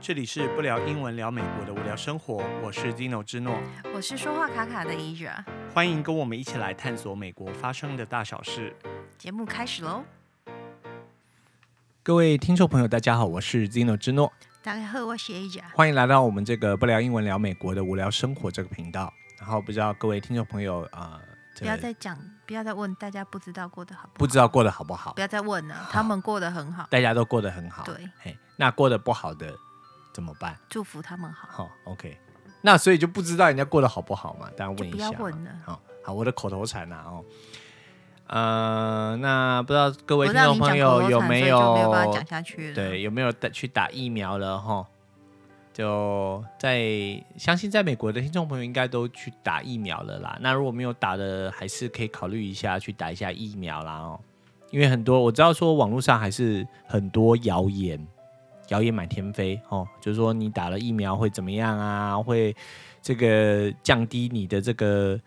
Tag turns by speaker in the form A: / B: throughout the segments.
A: 这里是不聊英文聊美国的无聊生活，我是 Zino 之诺，
B: 我是说话卡卡的怡哲。
A: 欢迎跟我们一起来探索美国发生的大小事。
B: 节目开始喽！
A: 各位听众朋友，大家好，我是 Zino 之诺，
B: 大家好，我是 A 姐。
A: 欢迎来到我们这个不聊英文聊美国的无聊生活这个频道。然后不知道各位听众朋友啊，这
B: 不要再讲，不要再问大家不知道过得好不好，
A: 不知道过得好不好
B: 不，要再问了，他们过得很好，
A: 大家都过得很好，
B: 对，
A: 嘿，那过得不好的怎么办？
B: 祝福他们好，
A: 好、o k 那所以就不知道人家过得好不好嘛？当然
B: 就
A: 问一
B: 不
A: 下
B: 要
A: 嘛。
B: 问了。
A: 好、好，我的口头禅啊，哦，呃，那不知道各位
B: 我
A: 听
B: 让
A: 众
B: 你讲
A: 朋友
B: 口头禅
A: 有
B: 所以
A: 有
B: 就没有办法讲下去了？，
A: 对有没有打去打疫苗了哈？就在相信在美国的听众朋友应该都去打疫苗了啦。那如果没有打的，还是可以考虑一下去打一下疫苗啦哦。因为很多我知道说网络上还是很多谣言，谣言满天飞哦，就是说你打了疫苗会怎么样啊？会这个降低你的这个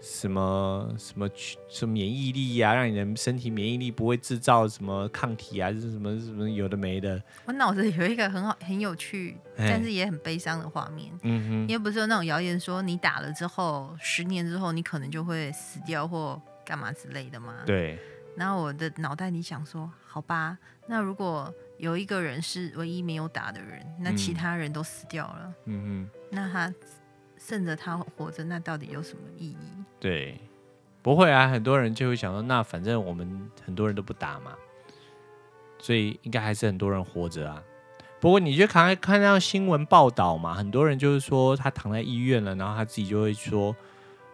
A: 什么什么去什么免疫力呀、让你的身体免疫力不会制造什么抗体啊，还是什么什么有的没的。
B: 我脑子有一个很好、很有趣，
A: 哎
B: 但是也很悲伤的画面。
A: 嗯
B: 因为不是有那种谣言说你打了之后，十年之后你可能就会死掉或干嘛之类的吗
A: 哼，？对，
B: 然后我的脑袋里想说，好吧，那如果有一个人是唯一没有打的人，那其
A: 嗯
B: 他人都死掉了，
A: 嗯哼，
B: 那他剩着他活着，那到底有什么意义？
A: 对，不会啊，很多人就会想说，那反正我们很多人都不打嘛，所以应该还是很多人活着啊。不过你就看看到新闻报道嘛，很多人就是说他躺在医院了，然后他自己就会说，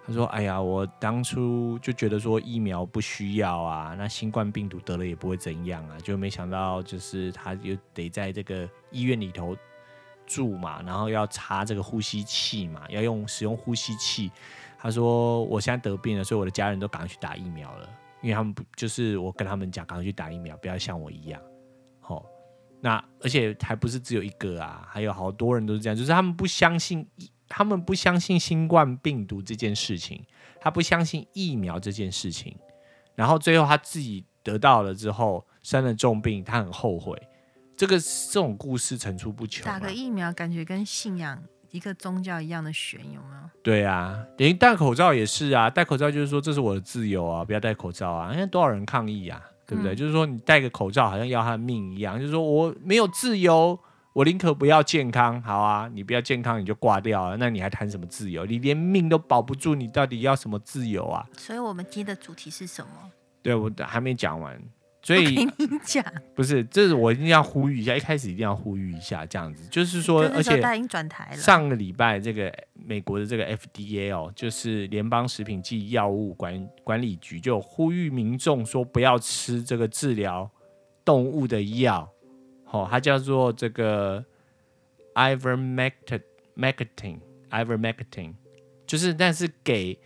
A: 他说：“哎呀，我当初就觉得说疫苗不需要啊，那新冠病毒得了也不会怎样啊，就没想到就是他又得在这个医院里头住嘛，然后要插这个呼吸器嘛，要用使用呼吸器。他说我现在得病了，所以我的家人都赶快去打疫苗了，因为他们不就是我跟他们讲赶快去打疫苗，不要像我一样。哦，那而且还不是只有一个啊，还有好多人都是这样，就是他们不相信疫，他们不相信新冠病毒这件事情，他不相信疫苗这件事情，然后最后他自己得到了之后生了重病，他很后悔。这个这种故事层出不穷、啊，
B: 打个疫苗感觉跟信仰一个宗教一样的悬，有没有？
A: 对啊，连戴口罩也是啊，戴口罩就是说这是我的自由啊，不要戴口罩啊，因为多少人抗议啊，对不对？
B: 嗯
A: 就是说你戴个口罩好像要他的命一样，就是说我没有自由，我宁可不要健康，好啊，你不要健康你就挂掉啊，那你还谈什么自由？你连命都保不住，你到底要什么自由啊？
B: 所以我们今天的主题是什么？
A: 对我还没讲完，所
B: 我
A: 以
B: 给你讲，
A: 不是，这是我一定要呼吁一下，一开始一定要呼吁一下，这样子就是说，
B: 就那
A: 而
B: 时候
A: 且
B: 他已经转台了，
A: 上个礼拜，这个美国的这个 FDA 哦，就是联邦食品及药物管管理局，就呼吁民众说不要吃这个治疗动物的药，哦，它叫做这个 ivermectin mectin ivermectin，就是但是给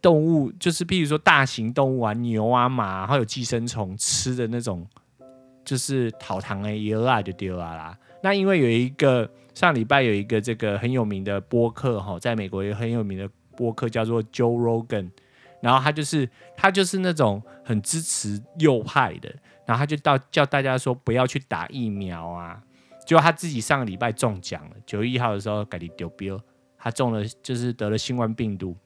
A: 动物，就是譬如说大型动物啊，牛啊、马啊，还有寄生虫吃的那种，就是讨糖的药啊，就丢啊啦。那因为有一个上礼拜有一个这个很有名的播客哈，在美国有很有名的播客叫做 Joe Rogan，然后他就是他就是那种很支持右派的，然后他就到叫大家说不要去打疫苗啊，结果他自己上个礼拜中奖了，九月一号的时候改你丢标，他中了就是得了新冠病毒，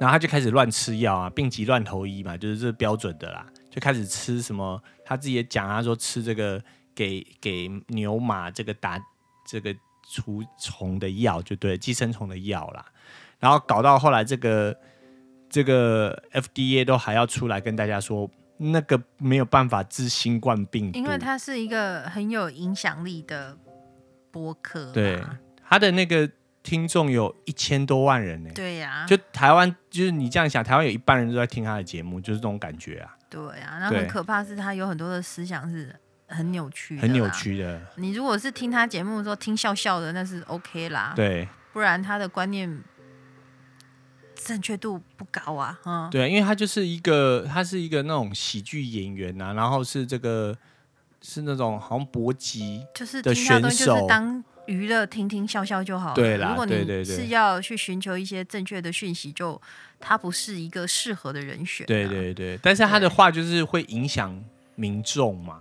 A: 然后他就开始乱吃药啊，病急乱投医嘛，就是这是标准的啦，就开始吃什么，他自己也讲，啊他说吃这个给给牛马这个打这个除虫的药，就对寄生虫的药啦，然后搞到后来这个这个 FDA 都还要出来跟大家说。那个没有办法治新冠病毒，啊
B: 因为它是一个很有影响力的播客嘛，
A: 对他的那个听众有一千多万人呢、
B: 对啊呀、
A: 就台湾，就是你这样想，台湾有一半人都在听他的节目，就是这种感觉啊，
B: 对啊，然后很
A: 对
B: 可怕是他有很多的思想是很扭曲，
A: 很扭。曲的。
B: 你如果是听他节目的时候听笑笑的，那是 OK 啦，
A: 对
B: 不然他的观念正确度不高啊，嗯，
A: 对，因为他就是一个，他是一个那种喜剧演员呐、啊，然后是这个是那种好像搏击，
B: 就是
A: 的
B: 听他的东西就
A: 选手
B: 是当娱乐听听笑笑就好了。
A: 对啦
B: 如果
A: 对对对
B: 你是要去寻求一些正确的讯息，就他不是一个适合的人选、啊
A: 对，对对，但是他的话就是会影响民众嘛，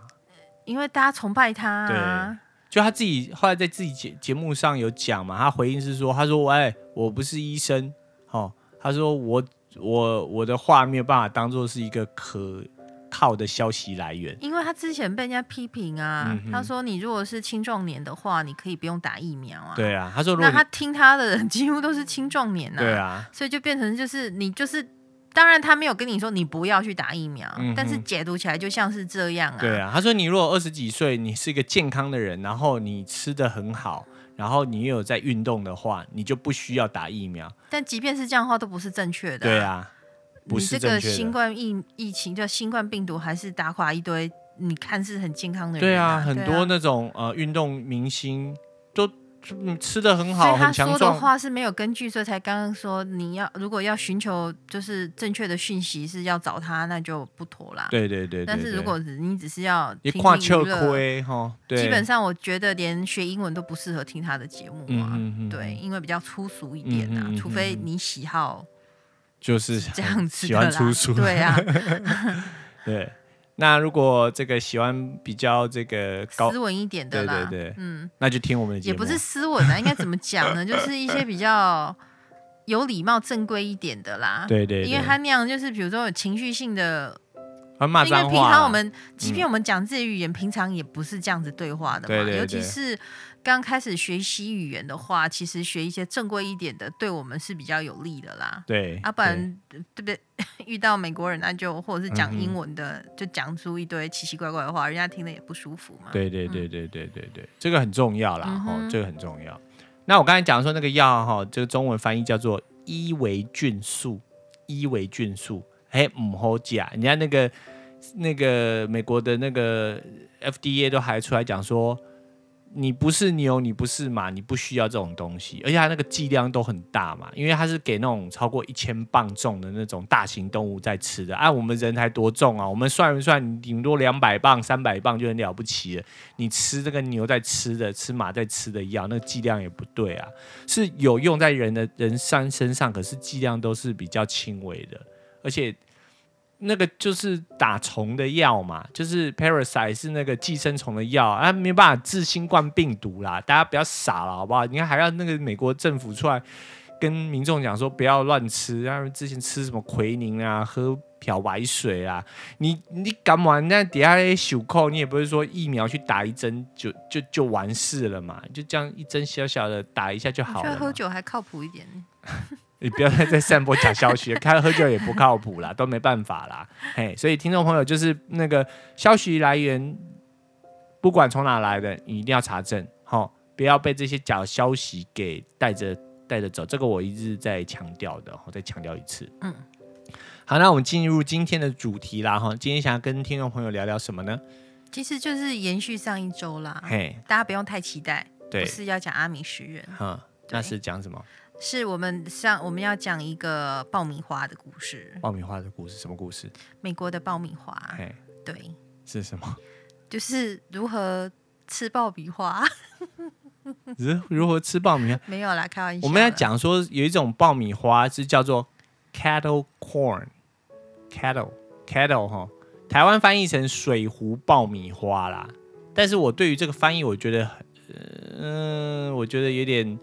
B: 因为大家崇拜他、啊，
A: 就他自己后来在自己节节目上有讲嘛，他回应是说，他说，哎，我不是医生，哦，他说我我我的话没有办法当做是一个可靠的消息来源，
B: 因为他之前被人家批评啊，
A: 嗯哼
B: 他说你如果是青壮年的话，你可以不用打疫苗啊。，
A: 对啊，他说如果
B: 那
A: 你
B: 他听他的人几乎都是青壮年啊。
A: 对啊，
B: 所以就变成就是你就是，当然他没有跟你说你不要去打疫苗，
A: 嗯哼
B: 但是解读起来就像是这样啊。
A: 对啊，他说你如果二十几岁，你是一个健康的人，然后你吃的很好，然后你又有在运动的话，你就不需要打疫苗，
B: 但即便是这样的话，都不是正确的、
A: 对，啊，不
B: 你
A: 是
B: 这
A: 正
B: 个
A: 确
B: 新
A: 的。
B: 冠疫疫情，就新冠病毒还是打垮一堆你看似很健康的
A: 对
B: 人、
A: 啊，
B: 对
A: 很
B: 啊
A: 多。那种呃运动明星都嗯吃的很
B: 所
A: 好，
B: 以他
A: 很
B: 说
A: 强
B: 的
A: 壮，
B: 话是没有根据，所以才刚刚说你要如果要寻求就是正确的讯息是要找他，那就不妥啦。
A: 对对对对对。
B: 但是如果只你只是要
A: 你
B: 听听
A: 跨秋
B: 娱乐，
A: 亏哈，对，
B: 基本上我觉得连学英文都不适合听他的节目
A: 嗯
B: 啊。
A: 嗯嗯，
B: 对，
A: 嗯，
B: 因为比较粗俗一点啊，
A: 嗯嗯嗯
B: 除非
A: 嗯嗯
B: 你喜好
A: 就是
B: 这样子
A: 喜
B: 的啦，
A: 欢粗俗，
B: 对啊，
A: 对。那如果这个喜欢比较这个高
B: 斯，文一点的
A: 对
B: 啦，
A: 对对，
B: 嗯，
A: 那就听我们的节
B: 也
A: 目。
B: 不是斯文啊，应该怎么讲呢？就是一些比较有礼貌、正规一点的啦，
A: 对对，
B: 因为
A: 对
B: 他那样就是比如说有情绪性的，
A: 还骂
B: 因为
A: 脏
B: 平
A: 话啊。
B: 常我们即便我们讲自己的语言，平常也不是这样子对话的嘛，
A: 对对对
B: 尤其是刚开始学习语言的话，其实学一些正规一点的，对我们是比较有利的啦，
A: 对，
B: 啊，不然对不对？ 遇到美国人，那就或者是讲
A: 嗯哼
B: 英文的，就讲出一堆奇奇怪怪的话，人家听了也不舒服嘛。
A: 对对对对对对对，这个很重要啦，
B: 嗯
A: 哈、
B: 哼
A: 这个很重要。那我刚才讲说那个药哈，这个中文翻译叫做伊维菌素，伊维菌素，哎，唔好假，人家那个那个美国的那个 FDA 都还出来讲说，你不是牛，你不是马，你不需要这种东西，而且它那个剂量都很大嘛，因为它是给那种超过一千磅重的那种大型动物在吃的。啊，我们人才多重啊？我们算一算，你顶多两百磅、三百磅就很了不起了。你吃这个牛在吃的、吃马在吃的药，那个剂量也不对啊，是有用在人的人上身上，可是剂量都是比较轻微的，而且。那个就是打虫的药嘛，就是 parasite 是那个寄生虫的药啊，没办法治新冠病毒啦，大家不要傻了好不好？你看还要那个美国政府出来跟民众讲说不要乱吃，他们之前吃什么奎宁啊，喝漂白水啊，你你干嘛？那底下那些袖扣，你也不是说疫苗去打一针就就就完事了嘛，就这样一针小小的打一下就
B: 我
A: 好
B: 觉得
A: 了嘛。
B: 喝酒还靠谱一点呢。
A: 你不要再在散播假消息了，看喝酒也不靠谱啦，都没办法啦。嘿，所以听众朋友就是那个消息来源，不管从哪来的，你一定要查证，好、不要被这些假消息给带着带着走。这个我一直在强调的，我再强调一次。
B: 嗯，
A: 好，那我们进入今天的主题啦，哈，今天想要跟听众朋友聊聊什么呢？
B: 其实就是延续上一周啦，
A: 嘿，
B: 大家不用太期待，
A: 对
B: 啊不，是要讲阿米什人，
A: 嗯，那是讲什么？
B: 是我们上我们要讲一个爆米花的故事，
A: 爆米花的故事，什么故事？
B: 美国的爆米花，
A: 嘿，
B: 对，
A: 是什么？
B: 就是如何吃爆米花，
A: 如如何吃爆米花？
B: 没有啦，开玩笑。
A: 我们在，讲说有一种爆米花是叫做 cattle corn，cattle cattle 哈，台湾翻译成水壶爆米花啦。但是我对于这个翻译，我觉得很，嗯、我觉得有点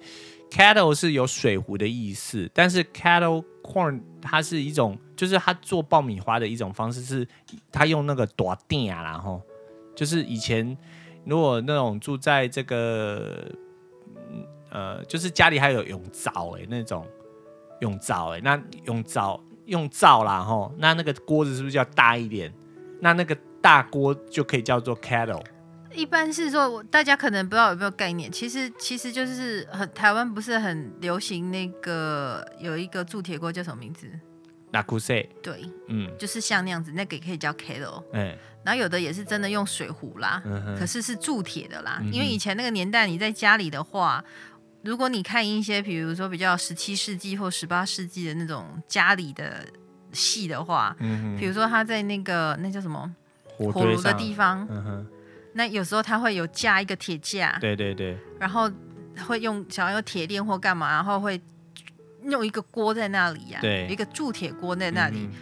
A: cattle 是有水壶的意思，但是 cattle corn 它是一种，就是它做爆米花的一种方式是，它用那个短电啊，然后就是以前如果那种住在这个呃，就是家里还有泳灶哎、那种泳灶哎、那泳灶用灶啦吼，那那个锅子是不是要大一点？那那个大锅就可以叫做 kettle，
B: 一般是说我大家可能不知道有没有概念，其实其实就是很台湾不是很流行那个有一个铸铁锅叫什么名字？
A: 那 c u s e
B: 对，
A: 嗯，
B: 就是像那样子，那个也可以叫 kettle，
A: 哎、
B: 然后有的也是真的用水壶啦，
A: 嗯
B: 可
A: 哼，
B: 是是铸铁的啦，
A: 嗯哼
B: 因为以前那个年代你在家里的话。如果你看一些，比如说比较十七世纪或十八世纪的那种家里的戏的话，
A: 嗯
B: 比如说他在那个那叫什么
A: 哼，
B: 火
A: 火堆
B: 炉的
A: 上，
B: 地方，
A: 嗯哼，
B: 那有时候他会有架一个铁架，
A: 对对对，
B: 然后会用想要用铁链或干嘛，然后会弄一个锅在那里呀、
A: 对
B: 有一个铸铁锅在那里，
A: 嗯哼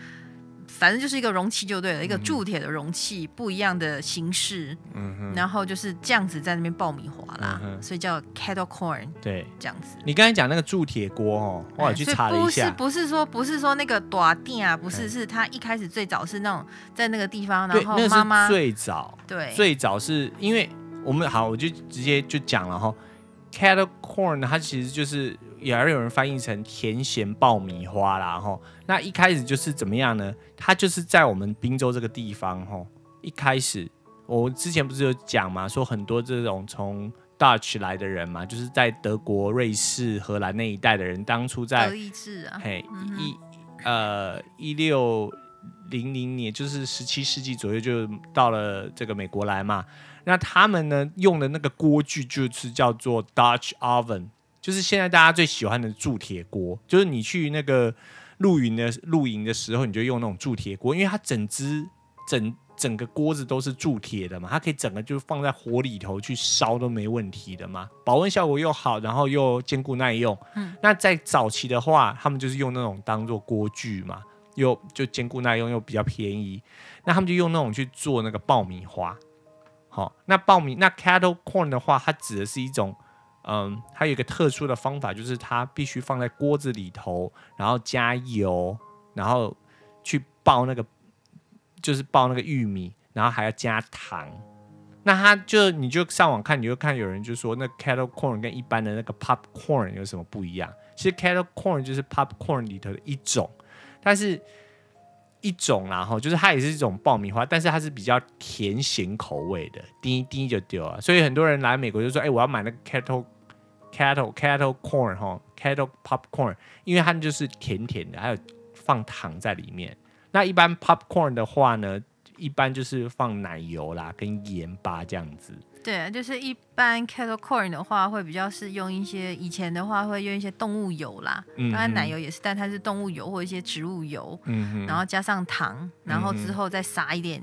B: 反正就是一个容器就对了，一个铸铁的容器，不一样的形式，
A: 嗯哼，
B: 然后就是这样子在那边爆米花啦，
A: 嗯哼
B: 所以叫 kettle corn
A: 对
B: 这样子。
A: 你刚才讲那个铸铁锅哦，我也去查了一
B: 哎所以
A: 下，
B: 不是不是说不是说那个短定啊，不是
A: 嗯
B: 是他一开始最早是那种在那个地方，
A: 对，
B: 然后妈
A: 那
B: 妈
A: 是最早，
B: 对
A: 最早是因为我们好，我就直接就讲了哈，kettle corn 它其实就是也还有人翻译成甜咸爆米花啦哈。那一开始就是怎么样呢？它就是在我们滨州这个地方哈，一开始我之前不是有讲嘛，说很多这种从 Dutch 来的人嘛，就是在德国、瑞士、荷兰那一带的人，当初在
B: 德意志啊，
A: 嘿，一呃一六零零年，就是十七世纪左右就到了这个美国来嘛。那他们呢用的那个锅具就是叫做 Dutch oven，就是现在大家最喜欢的铸铁锅，就是你去那个露营的露营的时候，你就用那种铸铁锅，因为它整只整整个锅子都是铸铁的嘛，它可以整个就放在火里头去烧都没问题的嘛，保温效果又好，然后又坚固耐用。嗯，那在早期的话，他们就是用那种当做锅具嘛，又就坚固耐用又比较便宜，那他们就用那种去做那个爆米花。好、那爆米那 cattle corn 的话，它指的是一种，嗯，它有一个特殊的方法，就是它必须放在锅子里头，然后加油，然后去爆那个，就是爆那个玉米，然后还要加糖。那它就你就上网看，你就看有人就说那 kettle corn 跟一般的那个 popcorn 有什么不一样？其实 kettle corn 就是 popcorn 里头的一种，但是一种啦哈，就是它也是一种爆米花，但是它是比较甜咸口味的，滴一滴就丢了。所以很多人来美国就说，哎、我要买那个 kettle kettle kettle corn 哈，kettle popcorn，因为它就是甜甜的，还有放糖在里面。那一般 popcorn 的话呢，一般就是放奶油啦跟盐巴这样子。
B: 对，就是一般 kettle corn 的话，会比较是用一些以前的话会用一些动物油啦，
A: 嗯
B: 当然
A: 哼
B: 奶油也是，但它是动物油或一些植物油，
A: 嗯哼，
B: 然后加上糖，然后
A: 嗯
B: 之
A: 哼
B: 后再撒一点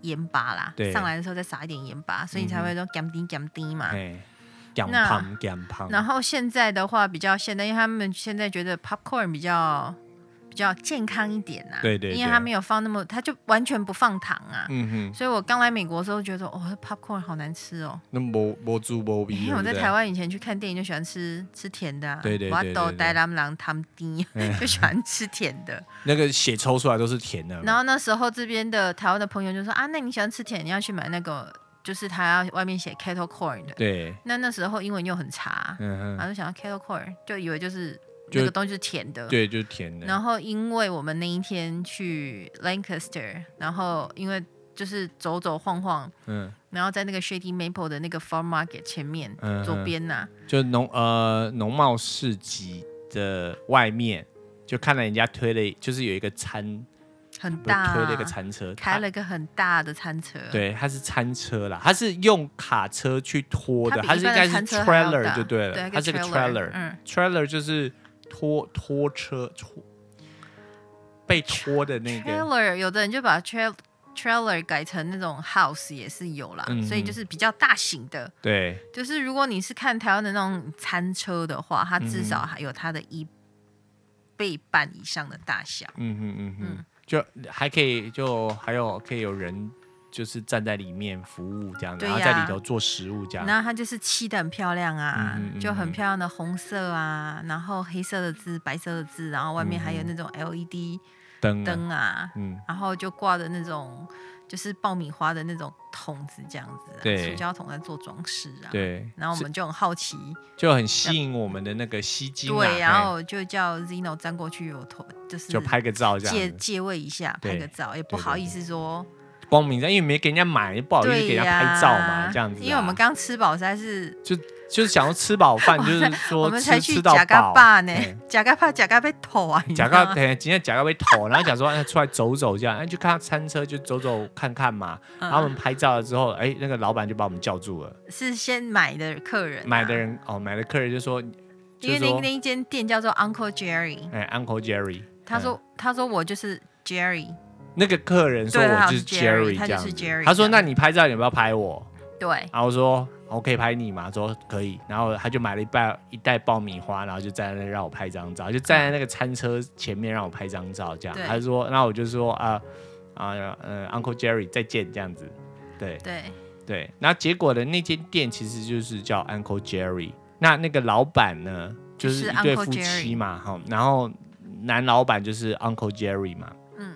B: 盐巴啦，
A: 对
B: 上来的时候再撒一点盐巴，所以你才会说甘丁甘丁嘛。
A: 哎，减
B: 那
A: 胖减胖，
B: 然后现在的话比较现代，因为他们现在觉得 popcorn 比较比较健康一点呐、
A: 对对
B: 因为
A: 对
B: 它没有放那么，它就完全不放糖啊。
A: 嗯哼，
B: 所以我刚来美国的时候觉得，哦这，popcorn 好难吃哦。
A: 那无无滋无味，
B: 因为
A: 对
B: 我
A: 不
B: 在
A: 对
B: 台湾以前去看电影就喜欢吃吃甜的、啊，
A: 对对对对
B: 豆
A: 对嗯
B: 呆浪狼汤 丁就喜欢吃甜 的。
A: 那个血抽出来都是甜的嘛，
B: 然后那时候这边的台湾的朋友就说啊，那你喜欢吃甜，你要去买那个，就是他要外面写 kettle corn 的。
A: 对，
B: 那那时候英文又很差，
A: 嗯
B: 然
A: 哼，
B: 后就想要 kettle corn，就以为就是
A: 就
B: 那个东西是甜的。
A: 对，就是甜的，
B: 然后因为我们那一天去 Lancaster，然后因为就是走走晃晃，
A: 嗯，
B: 然后在那个 Shady Maple 的那个 Farm Market 前面、
A: 嗯
B: 左
A: 嗯
B: 边呐、
A: 就农呃农贸市集的外面，就看到人家推了，就是有一个餐，
B: 很
A: 不
B: 大、啊
A: 是推了一个餐车，
B: 开了
A: 它。
B: 一个很大的餐车，
A: 对，它是餐车啦，它是用卡车去拖的，它
B: 它比
A: 是
B: 一
A: 应
B: 般的
A: 该是
B: 餐车还要大
A: trailer 就对了，
B: 对，
A: 它是个
B: trailer，嗯，
A: trailer 就是拖拖车拖被拖的那个，
B: trailer，有的人就把 trail trailer 改成那种 house 也是有啦，
A: 嗯
B: 所以就是比较大型的。
A: 对，
B: 就是如果你是看台湾的那种餐车的话，
A: 嗯
B: 它至少还有它的一倍半以上的大小。
A: 嗯哼嗯
B: 嗯
A: 哼，就还可以，就还有可以有人就是站在里面服务这样，
B: 对
A: 然后
B: 呀
A: 在里头做食物这样，
B: 然后它就是漆的很漂亮啊，
A: 啊嗯嗯嗯
B: 就很漂亮的红色啊，然后黑色的字、白色的字，然后外面还有那种 LED
A: 灯啊，
B: 灯啊，
A: 嗯，
B: 然后就挂着那种就是爆米花的那种桶子这样子、啊，
A: 对
B: 塑胶桶在做装饰啊。。
A: 对，
B: 然后我
A: 是
B: 们就很好奇，
A: 就很吸引我们的那个吸睛啊，
B: 对，然
A: 嘿
B: 后就叫 Zeno 站过去，我头就是
A: 就拍个照这
B: 借
A: 样子，
B: 借位一下，
A: 对
B: 拍个照，也不
A: 对对
B: 好意思说，
A: 光明正，因为没给人家买，不好意思
B: 对
A: 给人家
B: 呀，
A: 拍照嘛，这样子啊，
B: 因为我们刚吃饱，实在是
A: 就就是想要吃饱 饭，就是
B: 我
A: 说
B: 们才
A: 吃
B: 去
A: 吃到
B: 假嘎
A: 饱啊
B: 巴呢
A: 嘿，
B: 假嘎巴假嘎被偷啊，你知
A: 假到
B: 道吗
A: 等下今天假到被偷，然后讲说哎出来走走这样，哎就看到餐车就走走看看嘛。
B: 嗯
A: 然后我们拍照了之后，哎那个老板就把我们叫住了，
B: 是先买的客人啊，
A: 买的人哦买的客人就说，
B: 因
A: 就
B: 为
A: 是
B: 那
A: 说
B: 那一间店叫做 Uncle Jerry，
A: 哎 Uncle Jerry，
B: 他
A: 嗯
B: 说他说我就是 Jerry，
A: 那个客人说
B: 对
A: 我
B: 他
A: 就是
B: 是 Jerry，他
A: 这样
B: 就是
A: 子
B: Jerry，
A: 他说
B: 这样
A: 那你拍照你要不要拍我？
B: 对，
A: 然后我说我可以拍你吗？说可以，然后他就买了一袋一袋爆米花，然后就站在那让我拍张照，就站在那个餐车前面让我拍张照，这样。
B: 对
A: 他就说，那我就说啊啊呃，Uncle Jerry 再见这样子，对
B: 对，
A: 对。那结果呢，那间店其实就是叫 Uncle Jerry，那那个老板呢就是
B: 就是
A: 一对
B: Uncle
A: 夫妻嘛，哈，然后男老板就是 Uncle Jerry 嘛，
B: 嗯，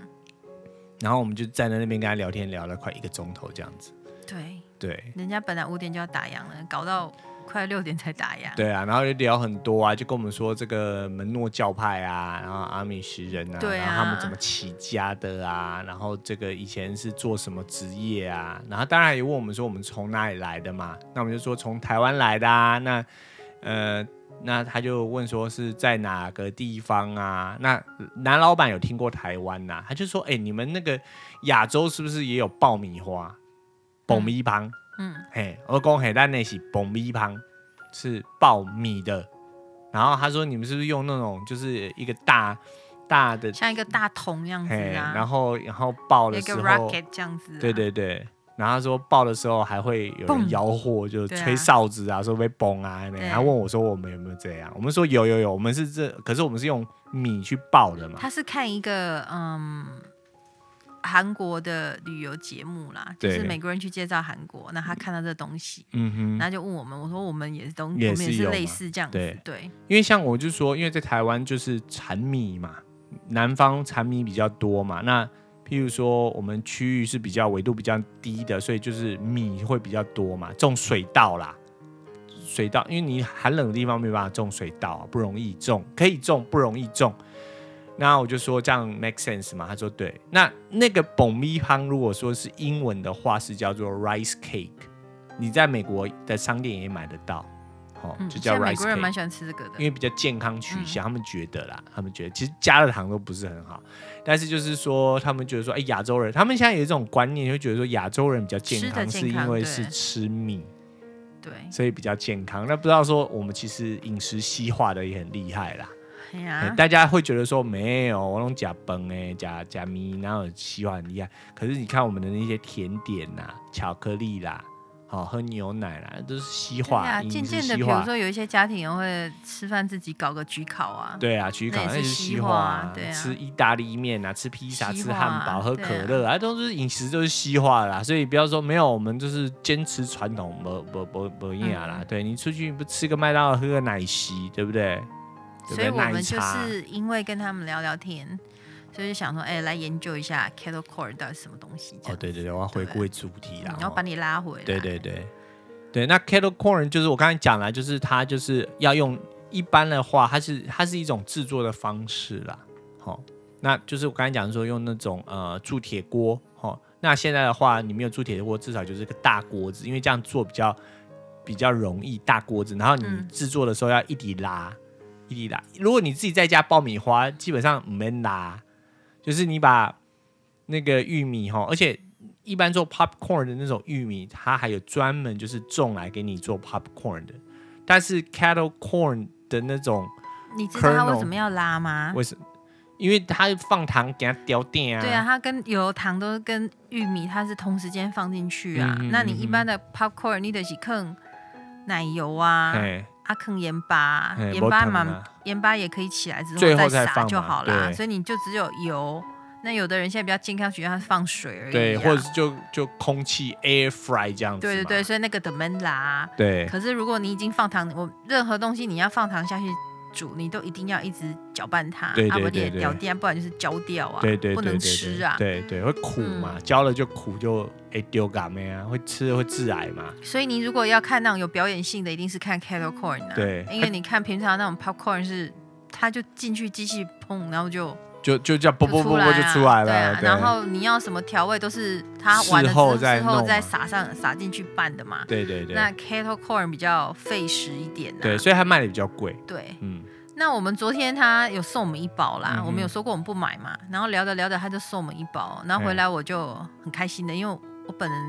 A: 然后我们就站在那边跟他聊天，聊了快一个钟头这样子，
B: 对，
A: 对。
B: 人家本来五点就要打烊了，搞到快六点才打烊。
A: 对啊，然后就聊很多啊，就跟我们说这个门诺教派啊，然后阿米什人啊，
B: 对啊
A: 然后他们怎么起家的啊，然后这个以前是做什么职业啊，然后当然也问我们说我们从哪里来的嘛，那我们就说从台湾来的啊，那呃。那他就问说是在哪个地方啊？那男老板有听过台湾呐、他就说：“哎、你们那个亚洲是不是也有爆米花？爆米棒？
B: 嗯，
A: 嘿，我讲嘿，咱那是爆米棒，是爆米的。然后他说你们是不是用那种就是一个大大的
B: 像一个大桶样子
A: 嘿，
B: 啊，
A: 然后然后爆的
B: 一
A: 时
B: 个
A: 候，
B: rocket 这样子、啊。
A: 对对对。然后他说爆的时候还会有人
B: 蹦
A: 吆喝，就
B: 对啊
A: 吹哨子啊，说被崩啊那样。
B: 对
A: 他问我说我们有没有这样？我们说有有有，我们是这，可是我们是用米去爆的嘛。
B: 他是看一个嗯韩国的旅游节目啦，就
A: 对
B: 是美国人去介绍韩国，那他看到这东西，
A: 嗯哼。
B: 然后就问我们，我说我们也是东，
A: 也
B: 我们也
A: 是有
B: 是类
A: 嘛
B: 似这样子，
A: 对
B: 对，
A: 因为像我就说，因为在台湾就是产米嘛，南方产米比较多嘛。那譬如说我们区域是比较纬度比较低的，所以就是米会比较多嘛，种水稻啦。水稻，因为你寒冷的地方没办法种水稻啊、不容易种，可以种不容易种。那我就说这样 make sense 嘛？他说对。那那个爆米汤如果说是英文的话，是叫做 rice cake，你在美国的商店也买得到，哦，
B: 嗯，
A: 就
B: 现
A: 叫
B: 在
A: rice
B: 美
A: cake。
B: 国人蛮喜欢吃这个
A: 因
B: 的，嗯
A: 为比较健康取向，他们觉得啦，他们觉得其实加了糖都不是很好，但是就是说他们觉得说，哎，亚洲人，他们现在有一种观念，会觉得说亚洲人比较健康，
B: 吃得
A: 是
B: 健康
A: 因为
B: 对
A: 是吃米，
B: 对，
A: 所以比较健康。那不知道说我们其实饮食西化的也很厉害啦，
B: 哎
A: 哎
B: 呀，
A: 大家会觉得说没有，我弄假崩哎，假假米，然后西化很厉害。可是你看我们的那些甜点呐、巧克力啦，好、喝牛奶啦，都是西
B: 对
A: 化，
B: 啊，
A: 饮
B: 渐
A: 食
B: 渐的，
A: 西
B: 比
A: 化
B: 如。说有一些家庭也会吃饭自己搞个焗烤啊，
A: 对啊，焗烤
B: 那也
A: 那
B: 是
A: 是
B: 西
A: 西
B: 化
A: 化
B: 啊对啊
A: 吃意大利面啊，吃披萨、
B: 西
A: 吃
B: 化
A: 汉堡、
B: 啊
A: 喝
B: 对
A: 可
B: 啊
A: 乐啊，都是饮食都是西化啦。所以不要说没有，我们就是坚持传统，不不不不一样啊
B: 嗯
A: 啦。对你出去不吃个麦当劳，喝个奶昔，对不对？对不
B: 所以
A: 对
B: 我
A: 奶
B: 们就
A: 茶
B: 是因为跟他们聊聊天，所以就想说，哎、来研究一下 kettle corn 到底是什么东西，这
A: 哦，
B: 样，
A: 对对对，我要回
B: 对
A: 归主题啦
B: 嗯，然后
A: 哦
B: 把你拉回来，
A: 对对对对，那 kettle corn 就是我刚才讲了，就是它就是要用一般的话，它是它是一种制作的方式啦。好、那就是我刚才讲说用那种呃铸铁锅，好、那现在的话你没有铸铁锅，至少就是个大锅子，因为这样做比较比较容易，大锅子。然后你
B: 嗯
A: 制作的时候要一底拉，一滴拉。如果你自己在家爆米花，基本上没拉，就是你把那个玉米哈，而且一般做 popcorn 的那种玉米，它还有专门就是种来给你做 popcorn 的。但是 kettle corn 的那种，
B: 你知道他
A: Kernel
B: 为什么要拉吗？
A: 为什因为它放糖给它掉电啊，
B: 啊对啊，，它跟油糖都跟玉米，它是同时间放进去啊。
A: 嗯嗯
B: 那你
A: 嗯
B: 一般的 popcorn，你得是坑奶油啊，
A: 哎，
B: 啊坑盐巴啊，
A: 嘿
B: 盐巴
A: 没糖
B: 嘛
A: 啊，
B: 盐巴也可以起来之
A: 最后
B: 后
A: 再
B: 撒
A: 放
B: 就
A: 嘛
B: 好啦。
A: 对
B: 所以你就只有油。那有的人现在比较健康，觉得它是放水而已、啊。
A: 对，或者是就就空气 air fry 这样子嘛，
B: 对对对，所以那个等闷啦。
A: 对
B: 可是如果你已经放糖，我任何东西你要放糖下去煮，你都一定要一直搅拌它，
A: 对对
B: 啊不然你
A: 对
B: 也
A: 对
B: 掉掉，不然就是焦掉啊，
A: 对对对对
B: 不能吃啊。
A: 对对会苦嘛，焦了就苦就哎丢感咩啊，会吃了会致癌嘛，
B: 所以你如果要看那种有表演性的，一定是看 kettle corn 啊。
A: 对
B: 因为你看平常那种 popcorn 是，它就进去机器碰，然后就
A: 就就叫啵啵
B: 就
A: 啵
B: 出来
A: 啵
B: 啊
A: 就出来
B: 对
A: 了
B: 啊，，
A: 对
B: 然后你要什么调味都是它完了
A: 事
B: 之
A: 后
B: 后
A: 再
B: 之
A: 弄
B: 后
A: 嘛
B: 再撒上撒进去拌的嘛。
A: 对对对
B: 那 kettle corn 比较费时一点啊。
A: 对，所以它卖的比较贵，
B: 对
A: 嗯，
B: 那我们昨天他有送我们一包啦，
A: 嗯哼
B: 我们有说过我们不买嘛，然后聊着聊着他就送我们一包，然后
A: 哎
B: 回来我就很开心的，因为我本人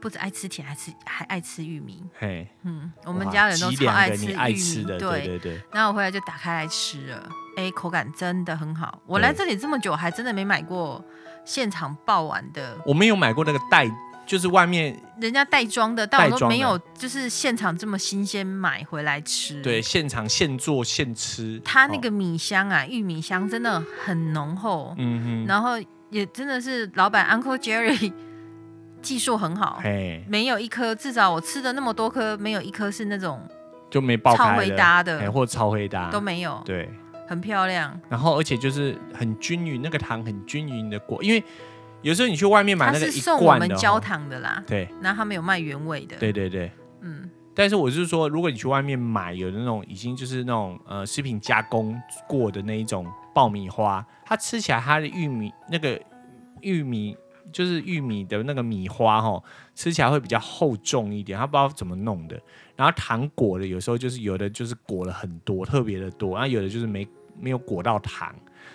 B: 不止爱吃甜，还吃还爱吃玉米，
A: 嘿，
B: 嗯，我们
A: 哇
B: 家人都
A: 挤
B: 超
A: 两
B: 爱
A: 个
B: 吃
A: 你
B: 玉
A: 爱
B: 米，
A: 吃的，对对对，
B: 然后我回来就打开来吃了，哎，口感真的很好，我
A: 对
B: 来这里这么久还真的没买过现场爆完的，
A: 我没有买过那个袋就是外面
B: 人家袋装的，但我
A: 袋
B: 都
A: 装的
B: 没有就是现场这么新鲜买回来吃。
A: 对，现场现做现吃，
B: 嗯它那
A: 哦
B: 个米香啊，玉米香真的很浓厚，
A: 嗯哼，
B: 然后也真的是老板 Uncle Jerry 技术很好，
A: 嘿，
B: 没有一颗至少我吃的那么多颗，没有一颗是那种
A: 就没爆
B: 超
A: 开
B: 回
A: 了
B: 搭的
A: 嘿或超黑搭
B: 都没有，
A: 啊对，
B: 很漂亮。
A: 然后而且就是很均匀，那个糖很均匀的裹，因为有时候你去外面买
B: 它
A: 那个
B: 是
A: 一
B: 送我
A: 罐
B: 们
A: 的
B: 焦
A: 哦，
B: 糖的啦，
A: 对
B: 然后他们有卖原味的，
A: 对对对。
B: 嗯，
A: 但是我是说，如果你去外面买有那种已经就是那种呃食品加工过的那一种爆米花，它吃起来它的玉米那个玉米就是玉米的那个米花哈，吃起来会比较厚重一点，它不知道怎么弄的。然后糖裹的有时候就是有的就是裹了很多，特别的多，然后有的就是没没有裹到糖。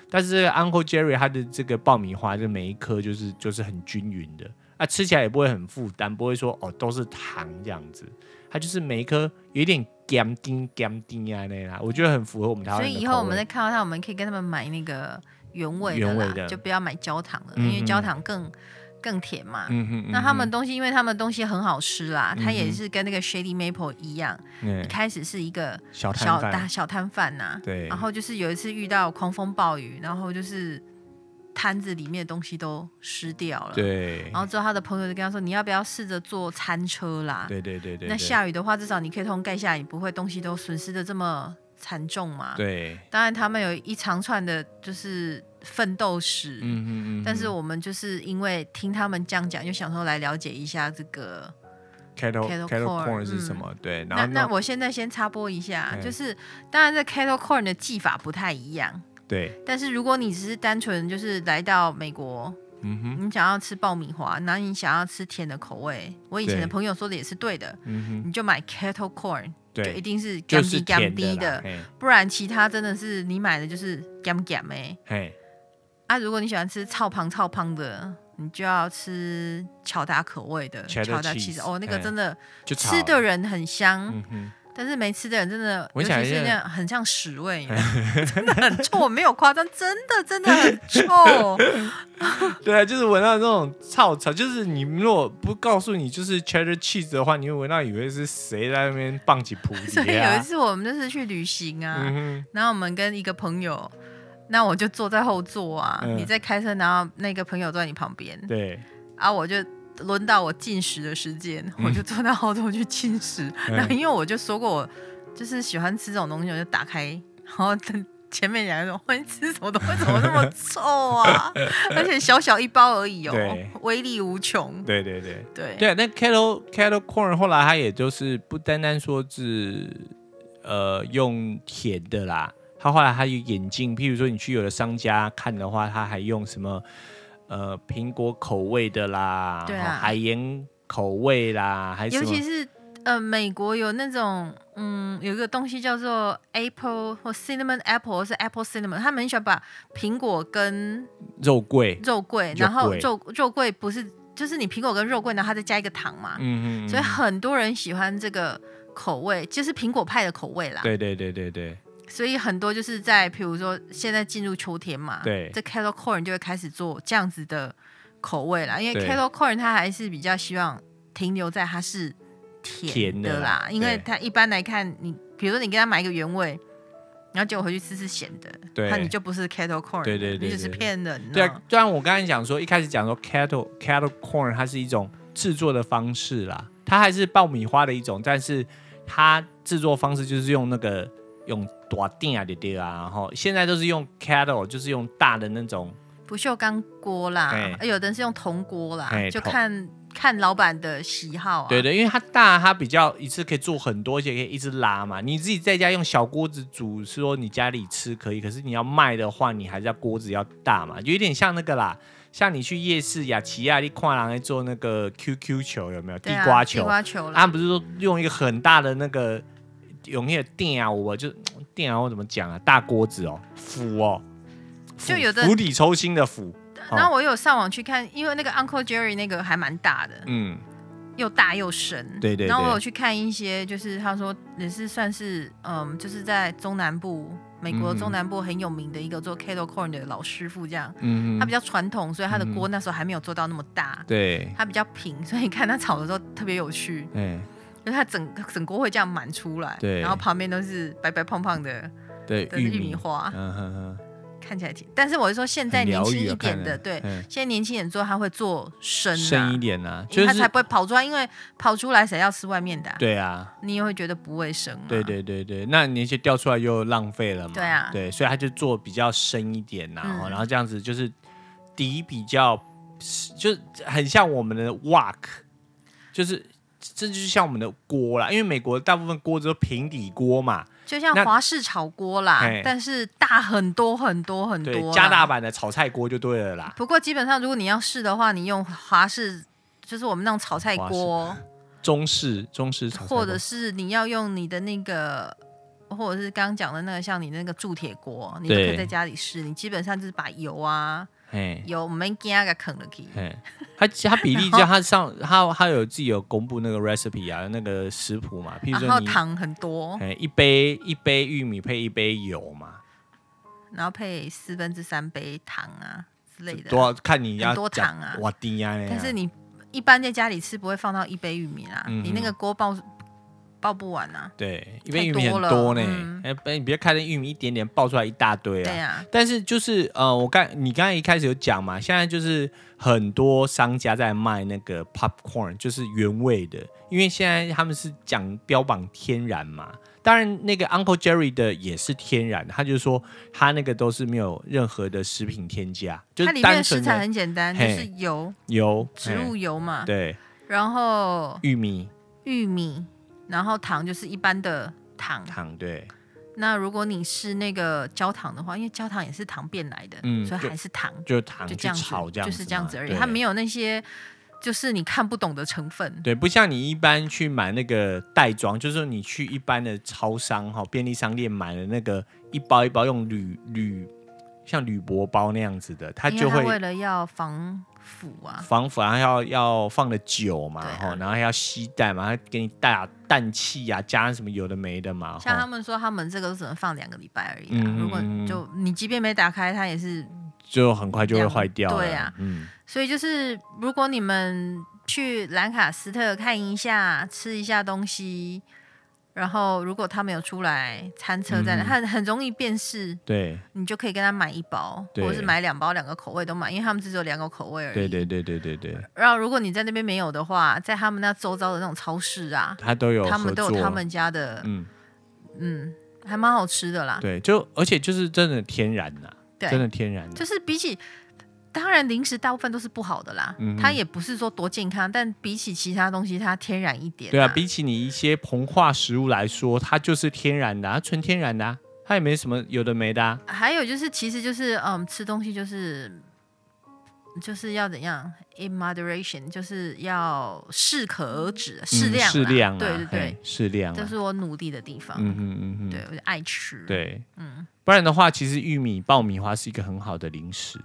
A: 但是这个 Uncle Jerry 它的这个爆米花，就每一颗就是就是很均匀的，啊，吃起来也不会很负担，不会说哦都是糖这样子。它就是每一颗有一点甘丁甘丁啊那啦，我觉得很符合我们台湾
B: 所
A: 人
B: 以
A: 的
B: 以后我
A: 口
B: 们
A: 味
B: 再看到它，我们可以跟他们买那个原味的
A: 原
B: 啦，
A: 味的
B: 就不要买焦糖了，
A: 嗯
B: 因为焦糖更更甜嘛。
A: 嗯哼嗯哼
B: 那他们东西，因为他们东西很好吃啦，它也
A: 嗯哼
B: 是跟那个 Shady Maple 一样，一
A: 嗯
B: 开始是一个
A: 小摊
B: 小
A: 贩
B: 大小摊贩呐，
A: 对
B: 然后就是有一次遇到狂风暴雨，然后就是摊子里面的东西都湿掉了，
A: 对
B: 然后之后他的朋友就跟他说，你要不要试着坐餐车啦？
A: 对对对对，
B: 那
A: 对
B: 下雨的话，至少你可以通盖下，你不会东西都损失的这么惨重嘛。
A: 对
B: 当然，他们有一长串的就是奋斗史，
A: 嗯嗯嗯，
B: 但是我们就是因为听他们这样讲，就想说来了解一下这个。
A: kettle
B: Kettle
A: kettle
B: corn，
A: corn 是什
B: 嗯
A: 么？对，然
B: 那
A: 后
B: 那我现在先插播一下，
A: 哎
B: 就是当然这 kettle corn 的技法不太一样，
A: 对，
B: 但是如果你只是单纯就是来到美国，
A: 嗯哼
B: 你想要吃爆米花，然后你想要吃甜的口味，我以前的
A: 对
B: 朋友说的也是对的，
A: 嗯哼，
B: 你就买 kettle corn，就一
A: 对，
B: 定是
A: 就
B: 干
A: 是
B: 逼干
A: 甜
B: 逼
A: 的啦
B: 的，
A: 嘿
B: 不然其他真的是你买的就是干干哎。
A: 嘿，
B: 啊，如果你喜欢吃超胖超胖的，你就要吃巧达口味的
A: Cheddar
B: 巧达
A: cheese，
B: cheese，哦，那个
A: 哎
B: 真的
A: 就
B: 吃
A: 炒
B: 的人很香，
A: 嗯哼，
B: 但是没吃的人真的，
A: 我
B: 尤
A: 想一
B: 其是
A: 下
B: 那样很像屎味， 真的很臭，我没有夸张，真的真的很臭。
A: 对啊，就是闻到那种臭草，就是你如果不告诉你就是 cheddar cheese 的话，你会闻到以为是谁在那边棒 起菩
B: 所以
A: 提
B: 有一
A: 啊。
B: 次我们就是去旅行啊，
A: 嗯
B: 然后我们跟一个朋友，那我就坐在后座啊，
A: 嗯
B: 你在开车，然后那个朋友坐在你旁边，
A: 哼，对，
B: 啊，我就轮到我进食的时间，
A: 嗯
B: 我就坐到后头去进食。
A: 嗯
B: 然后因为我就说过我就是喜欢吃这种东西，我就打开，然后等前面两个人说：“你吃什么东西？怎么那么臭 啊？而且小小一包而已哦
A: 对，
B: 威力无穷。
A: 对对对。
B: 对”
A: 对，啊那 kettle kettle corn 后来它也就是不单单说是呃用甜的啦，它后来还有眼镜，譬如说你去有的商家看的话，它还用什么呃苹果口味的啦，
B: 对啊
A: 然后海盐口味啦，还是
B: 尤
A: 什
B: 其
A: 么
B: 是呃，美国有那种嗯，有一个东西叫做 apple 或 cinnamon apple 或是 apple cinnamon，他们很喜欢把苹果跟
A: 肉桂，
B: 肉桂，
A: 肉
B: 然后
A: 桂
B: 肉肉桂不是就是你苹果跟肉桂，然后它再加一个糖嘛，
A: 嗯嗯，
B: 所以
A: 嗯
B: 很多人喜欢这个口味，就是苹果派的口味啦。
A: 对对对对对
B: 所以很多就是在比如说现在进入秋天嘛，
A: 对
B: 这 kettle corn 就会开始做这样子的口味啦，因为
A: 对
B: kettle corn 它还是比较希望停留在它是甜
A: 甜的
B: 啦，
A: 啦
B: 因为
A: 对
B: 它一般来看你，比如说你给他买一个原味。然后结果回去吃是咸的，
A: 对
B: 那你就不是 kettle corn，
A: 对对对
B: 你只是
A: 对
B: 骗人、
A: 对啊！虽然我刚才讲说一开始讲说 kettle kettle corn 它是一种制作的方式啦，它还是爆米花的一种，但是它制作方式就是用那个用大鼎啊、的对啊，然后现在都是用 kettle，就是用大的那种，
B: 不锈钢锅啦，
A: 哎
B: 呃有的人是用铜锅啦，
A: 哎
B: 就
A: 铜
B: 看看老板的喜好啊。
A: 对对，因为它大，它比较一次可以做很多，而且可以一直拉嘛。你自己在家用小锅子煮，是说你家里吃可以，可是你要卖的话，你还是要锅子要大嘛，有点像那个啦。像你去夜市雅琪亚，你看人在做那个 QQ 球有没有？地
B: 对啊，
A: 瓜球
B: 地，瓜球啦，
A: 他们不是说用一个很大的那个用那个电啊，我就电啊，我怎么讲啊？大锅子哦，釜哦，釜
B: 就有的
A: 釜底抽薪的釜，好
B: 然后我有上网去看，因为那个 Uncle Jerry 那个还蛮大的，
A: 嗯，
B: 又大又深。
A: 对对
B: 然后我
A: 对
B: 有去看一些，就是他说也是算是嗯，就是在中南部美国中南部很有名的一个做 kettle corn 的老师傅，这样，
A: 嗯
B: 他比较传统，所以他的锅那时候还没有做到那么大，
A: 对，
B: 它比较平，所以你看他炒的时候特别有趣，
A: 哎，
B: 就是它整整锅会这样满出来，
A: 对
B: 然后旁边都是白白胖胖的
A: 对，
B: 的
A: 玉
B: 玉
A: 米
B: 米，花，
A: 嗯哼哼，
B: 看起来挺，但是我是说现在
A: 很
B: 年
A: 疗
B: 轻
A: 愈
B: 一
A: 啊看
B: 点的，
A: 着
B: 对，
A: 嗯
B: 现在年轻人做他会做生啊
A: 深一，点啊，
B: 因为
A: 就
B: 他才
A: 是
B: 不会跑出来，因为跑出来谁要吃外面的啊、
A: 对啊，
B: 你也会觉得不卫生、啊。
A: 对对对对，那你那些掉出来又浪费了嘛，
B: 对啊
A: 对，所以他就做比较深一点呐、
B: 嗯
A: 哦然后这样子就是底比较，就是很像我们的 wok，就是。这就是像我们的锅啦，因为美国大部分锅子都平底锅嘛，
B: 就像
A: 那
B: 华氏炒锅啦
A: 嘿，
B: 但是大很多很多很
A: 对
B: 嗯多，啦。
A: 加大版的炒菜锅就对了啦，
B: 不过基本上如果你要试的话，你用华氏，就是我们那种炒菜锅，
A: 中式中式炒菜锅，
B: 或者是你要用你的那个。或者是刚刚讲的那个，像你那个铸铁锅，你就可
A: 对
B: 以在家里试。你基本上就是把油啊、
A: 嘿
B: 油我们给它给啃了去。
A: 嘿，它它比 例这样，它上它它有自己有公布那个 recipe 啊，那个食谱嘛，譬如
B: 然
A: 说
B: 后
A: 你
B: 糖很多，
A: 哎，一杯一杯玉米配一杯油嘛，
B: 然后配四分之三杯糖啊之类的。
A: 多少看你要
B: 很多
A: 讲
B: 糖啊
A: 哇低哎呀那样，
B: 但是你一般在家里吃不会放到一杯玉米啦，
A: 嗯哼
B: 你那个锅爆爆不完啊。
A: 对一
B: 太
A: 杯玉米
B: 多
A: 很
B: 了
A: 多呢
B: 嗯，
A: 哎、不你别看那玉米一点点爆出来一大堆
B: 对
A: 啊。
B: 呀、
A: 但是就是呃，我刚你刚才一开始有讲嘛，现在就是很多商家在卖那个 popcorn，就是原味的，因为现在他们是讲标榜天然嘛。当然，那个 Uncle Jerry 的也是天然，他就说他那个都是没有任何的食品添加，就
B: 它
A: 是
B: 里面
A: 单
B: 的食
A: 纯
B: 材
A: 的
B: 很简单，就
A: 嘿
B: 是油、
A: 油
B: 植物
A: 哎
B: 油嘛，
A: 对
B: 然后
A: 玉米
B: 玉米，然后糖就是一般的糖。
A: 糖对，
B: 那如果你是那个焦糖的话，因为焦糖也是糖变来的，
A: 嗯
B: 所以
A: 就
B: 还是糖，
A: 就糖
B: 就
A: 去
B: 这样子，
A: 炒这样
B: 就
A: 子嘛，
B: 是这样子而已。
A: 对
B: 它没有那些就是你看不懂的成分。
A: 对，不像你一般去买那个袋装，就是说你去一般的超商哈、便利商店买的那个一包一包用铝铝像铝箔包那样子的，它
B: 因
A: 就
B: 为它
A: 会
B: 为了要防腐啊，
A: 防腐，然后要要放的久嘛
B: 对啊
A: 哈、然后还要吸带嘛，它给你大氮气呀、加什么有的没的嘛
B: 像他
A: 哈。
B: 们说他们这个都只能放两个礼拜而已啦。
A: 哦嗯
B: 如果
A: 嗯嗯
B: 就你即便没打开，它也是。
A: 就很快就会
B: 两
A: 坏掉了。
B: 对啊
A: 嗯，
B: 所以就是如果你们去兰卡斯特看一下，吃一下东西。然后，如果他没有出来，餐车在那，
A: 嗯
B: 他很很容易辨识，
A: 对
B: 你就可以跟他买一包，
A: 对
B: 或者是买两包，两个口味都买，因为他们只有两个口味而已。
A: 对对对对对对，
B: 然后，如果你在那边没有的话，在他们那周遭的那种超市啊，
A: 它都有
B: 他
A: 合
B: 们都
A: 作。
B: 有他们家的，
A: 嗯，
B: 嗯，还蛮好吃的啦。
A: 对，就而且就是真的天然呐、
B: 啊对，
A: 真的天然、啊。
B: 就是比起，当然零食大部分都是不好的啦，
A: 嗯哼
B: 它也不是说多健康，但比起其他东西，它天然一点、
A: 对啊，比起你一些膨化食物来说，它就是天然的、啊，纯天然的、啊，它也没什么有的没的、啊。
B: 还有就是，其实就是嗯，吃东西就是就是要怎样 in moderation，就是要适可而止，适量啦、
A: 嗯、适量、啊，
B: 对对对
A: 嘿，，适量、啊。
B: 这是我努力的地方。
A: 嗯哼嗯哼，
B: 对，我就爱吃。，
A: 对
B: 嗯，
A: 不然的话，其实玉米爆米花是一个很好的零食。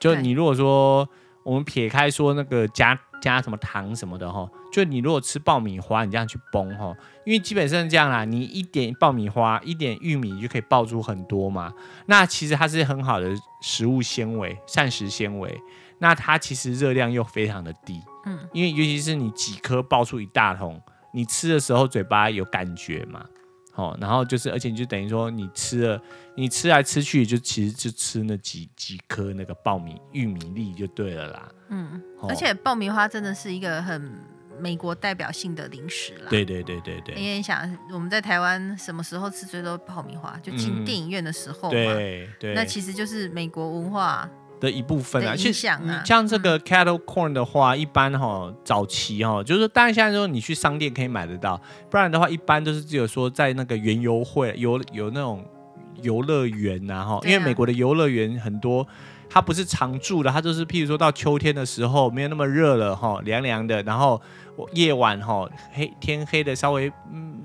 A: 就
B: 对
A: 你如果说我们撇开说那个加加什么糖什么的哈，就你如果吃爆米花，你这样去崩哈，因为基本上这样啦，你一点爆米花一点玉米你就可以爆出很多嘛。那其实它是很好的食物纤维、膳食纤维，那它其实热量又非常的低。
B: 嗯，
A: 因为尤其是你几颗爆出一大桶，你吃的时候嘴巴有感觉嘛，哦，然后就是，而且你就等于说你吃了，你吃来吃去就其实就吃那几几颗那个爆米玉米粒就对了啦，
B: 嗯，
A: 哦
B: 而且爆米花真的是一个很美国代表性的零食啦。
A: 对对对对
B: 因
A: 对
B: 为你想我们在台湾什么时候吃最多爆米花？就进
A: 嗯
B: 电影院的时候嘛。
A: 对对，
B: 那其实就是美国文化，
A: 的一部分啊。
B: 的
A: 其
B: 影
A: 实
B: 响啊
A: 你像这个 cattle corn 的话，一般哈、早期哈、就是当然现在说你去商店可以买得到，不然的话一般都是只有说在那个园游会有有那种游乐园呐、啊、哈，因
B: 对啊
A: 为美国的游乐园很多。它不是常住的，它就是譬如说到秋天的时候没有那么热了哈，凉凉的，然后我夜晚哈黑天黑的稍微嗯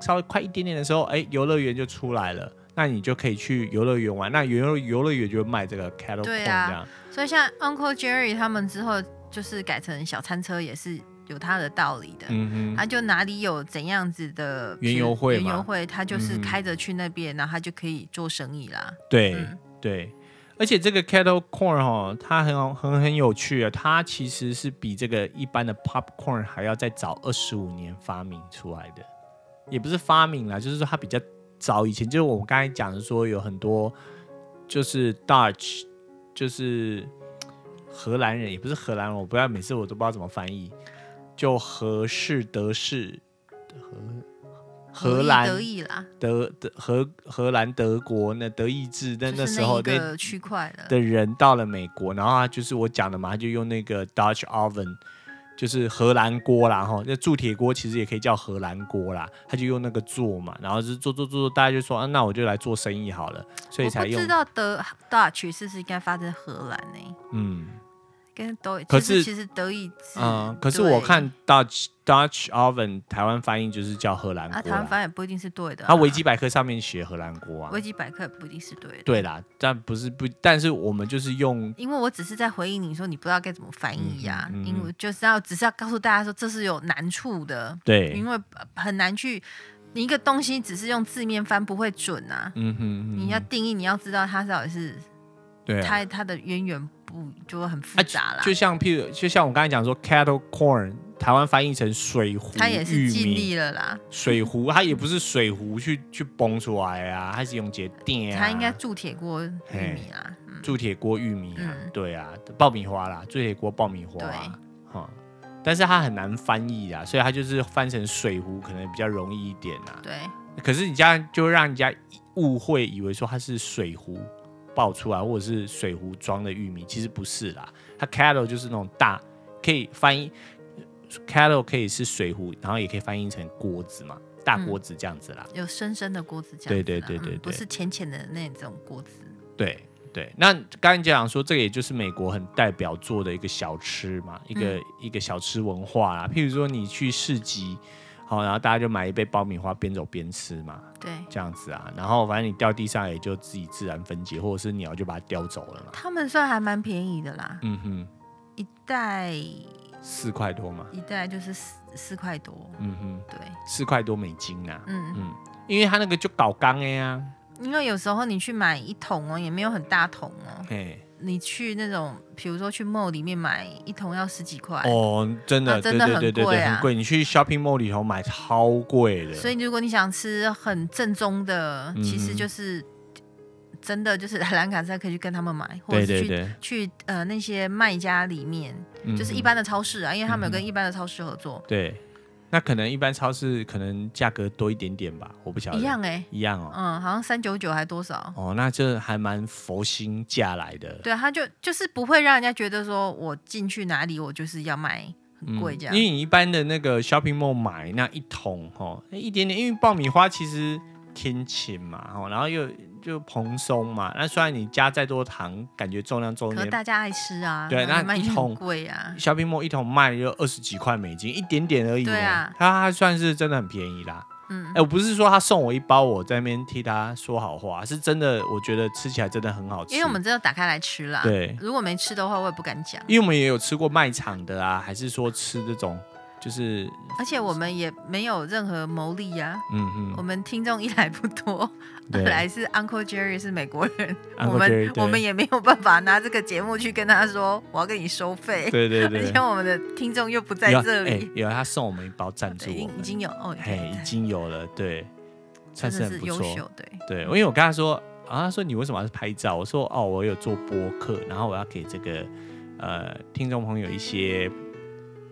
A: 稍微快一点点的时候，哎，游乐园就出来了，那你就可以去游乐园玩。那游游乐园就卖这个 cattle corn 这
B: 对啊
A: 样，
B: 所以像 Uncle Jerry 他们之后就是改成小餐车，也是有它的道理的。
A: 嗯哼，
B: 他就哪里有怎样子的
A: 园游会
B: 园
A: 嘛
B: 游会他就是
A: 嗯
B: 开着去那边，然后他就可以做生意啦。
A: 对、
B: 嗯
A: 对，而且这个 kettle corn 哦，它很好很很有趣啊，它其实是比这个一般的 popcorn 还要再早二十五年发明出来的，也不是发明啦，就是说它比较早以前，就是我们刚才讲的说有很多就是 Dutch，就是荷兰人，也不是荷兰人，我不知道每次我都不知道怎么翻译，就荷式德式荷荷
B: 意
A: 兰
B: 得意啦，
A: 德德荷荷兰、德国那德意志，那
B: 就是
A: 那时候
B: 一
A: 那
B: 个区块的，
A: 的人到了美国，然后他就是我讲的嘛，他就用那个 Dutch oven，就是荷兰锅啦，哈，那铸铁锅其实也可以叫荷兰锅啦，他就用那个做嘛，然后就是做做做，大家就说啊，那我就来做生意好了，所以
B: 我
A: 才
B: 不
A: 用
B: 知，道德 Dutch 是不是应该发生荷兰呢、
A: 嗯
B: 跟德，
A: 可
B: 其实
A: 是
B: 其实德意志，
A: 嗯，可是我
B: 对
A: 看 Dutch Dutch oven 台湾翻译就是叫荷兰锅
B: 啊，台湾
A: 啦，
B: 翻译不一定是对的、啊，
A: 它维基百科上面写荷兰锅啊
B: 维，基百科也不一定是对的，
A: 对啦，但不是不，但是我们就是用
B: 因为我只是在回应你说你不知道该怎么翻译呀、
A: 嗯嗯嗯
B: 因为就是要只是要告诉大家说这是有难处的，
A: 对，
B: 因为呃很难去你一个东西只是用字面翻不会准啊，
A: 嗯哼，嗯
B: 你要
A: 哼
B: 定义，你要知道它到底是
A: 对啊
B: 它它的渊源不就会很复杂啦，
A: 就像譬如，就像我刚才讲说，cattle corn，台湾翻译成水壶
B: 它也
A: 玉
B: 是尽
A: 米，
B: 力了啦，
A: 水壶它也不是水壶去去崩出来啊，它是用节电啊，
B: 它应该铸铁锅玉米啦，嗯，
A: 铸铁锅玉米啊，
B: 嗯
A: 对啊，爆米花啦，铸铁锅爆米花、啊，哈、但是它很难翻译啊，所以它就是翻成水壶可能比较容易一点啊。
B: 对，
A: 可是你这样就会让人家误会，以为说它是水壶爆出来，或者是水壶装的玉米，其实不是啦。它 cattle 就是那种大，可以翻译 cattle 可以是水壶，然后也可以翻译成锅子嘛，大锅子这样子啦。
B: 有深深的锅子这样子
A: 对对
B: 啦，
A: 对对对
B: 嗯不是浅浅的那种锅子，
A: 对对，那刚才讲说这个也就是美国很代表作的一个小吃嘛，一个、一个小吃文化啦。譬如说你去市集，好，然后大家就买一杯爆米花，边走边吃嘛。
B: 对。
A: 这样子啊，然后反正你掉地上也就自己自然分解，或者是鸟就把它叼走了嘛。
B: 他们算还蛮便宜的啦，
A: 嗯哼，
B: 一袋一
A: 四块多嘛，
B: 袋就是四四块多，
A: 嗯哼，
B: 对，
A: 四块多美金啊，
B: 嗯，
A: 嗯，因为它那个就搞缸的呀、
B: 因为有时候你去买一桶哦，也没有很大桶哦，
A: 嘿，
B: 你去那种比如说去 mall 里面买一桶要十几块，
A: 哦，真的，
B: 啊
A: 对
B: 真的
A: 对
B: 很
A: 对对
B: 贵
A: 对，
B: 啊
A: 很贵，你去 shopping mall 里头买超贵的，
B: 所以如果你想吃很正宗的，
A: 嗯
B: 其实就是真的就是 兰卡赛可以去跟他们买，或者
A: 对
B: 是去
A: 对对，
B: 去呃那些卖家里面，
A: 嗯
B: 就是一
A: 哼
B: 般的超市啊，因为他们有
A: 嗯
B: 跟一般的超市合作，
A: 对，那可能一般超市可能价格多一点点吧，我不晓得，
B: 一样哎、
A: 一样哦，
B: 嗯，好像三九九还多少。
A: 哦，那这还蛮佛心价来的，
B: 对，他就就是不会让人家觉得说我进去哪里我就是要卖很贵这样。
A: 嗯因为你一般的那个 shopping mall 买那一桶哦，那一点点，因为爆米花其实天晴嘛哦，然后又就蓬松嘛，那虽然你加再多糖，感觉重量重一
B: 可是
A: 点。
B: 大家爱吃啊，
A: 对那
B: 卖
A: 一桶
B: 很贵啊，
A: shopping mall 一桶卖就二十几块美金，一点点而已呢。
B: 对啊
A: 它还算是真的很便宜啦。
B: 嗯
A: 哎、，我不是说他送我一包，我在那边替他说好话，是真的，我觉得吃起来真的很好吃。
B: 因为我们真的打开来吃啦。
A: 对，
B: 如果没吃的话，我也不敢讲，
A: 因为我们也有吃过卖场的啊，还是说吃这种，就是
B: 而且我们也没有任何牟利啊。
A: 嗯
B: 我
A: 嗯，
B: 们听众一来不多，二
A: 对
B: 来是 Uncle Jerry 是美国人，
A: Uncle
B: 我们
A: Jerry，对
B: 我们也没有办法拿这个节目去跟他说我要跟你收 费，
A: 对对
B: 而
A: 对
B: 且。我们的听众又不在
A: 有啊
B: 这
A: 哎
B: 里，
A: 有啊他送我们一包赞助
B: 对已
A: 我
B: 经
A: 们
B: 已，经有哦，
A: 嘿，
B: 对
A: 已经有了，对，算
B: 真
A: 是
B: 的
A: 很
B: 是
A: 不
B: 优
A: 错。
B: 秀，对。
A: 对，因为我跟他说啊，他说你为什么要去拍照？我说哦，我有做播客，然后我要给这个呃听众朋友一些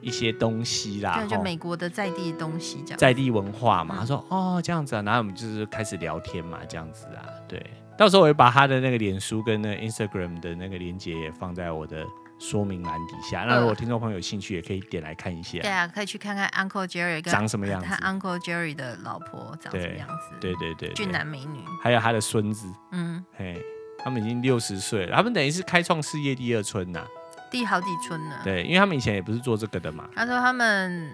A: 一些东西啦，
B: 对，就
A: 啊吼
B: 美国的在地东西这样。
A: 在地文化嘛。
B: 嗯
A: 他说哦这样子啊，然后我们就是开始聊天嘛，这样子啊，对。到时候我会把他的那个脸书跟那个 Instagram 的那个连接也放在我的说明栏底下。那如果
B: 嗯
A: 听众朋友有兴趣，也可以点来看一下。
B: 对啊，可以去看看 Uncle Jerry 跟
A: 长什么样
B: 他
A: 子
B: Uncle Jerry 的老婆长什么
A: 对
B: 样子，
A: 对对对，对
B: 俊男美女，
A: 还有他的孙子，
B: 嗯，
A: 嘿，他们已经六十岁了，他们等于是开创事业第二春呐、
B: 第好几春了。
A: 对，因为他们以前也不是做这个的嘛。
B: 他说他们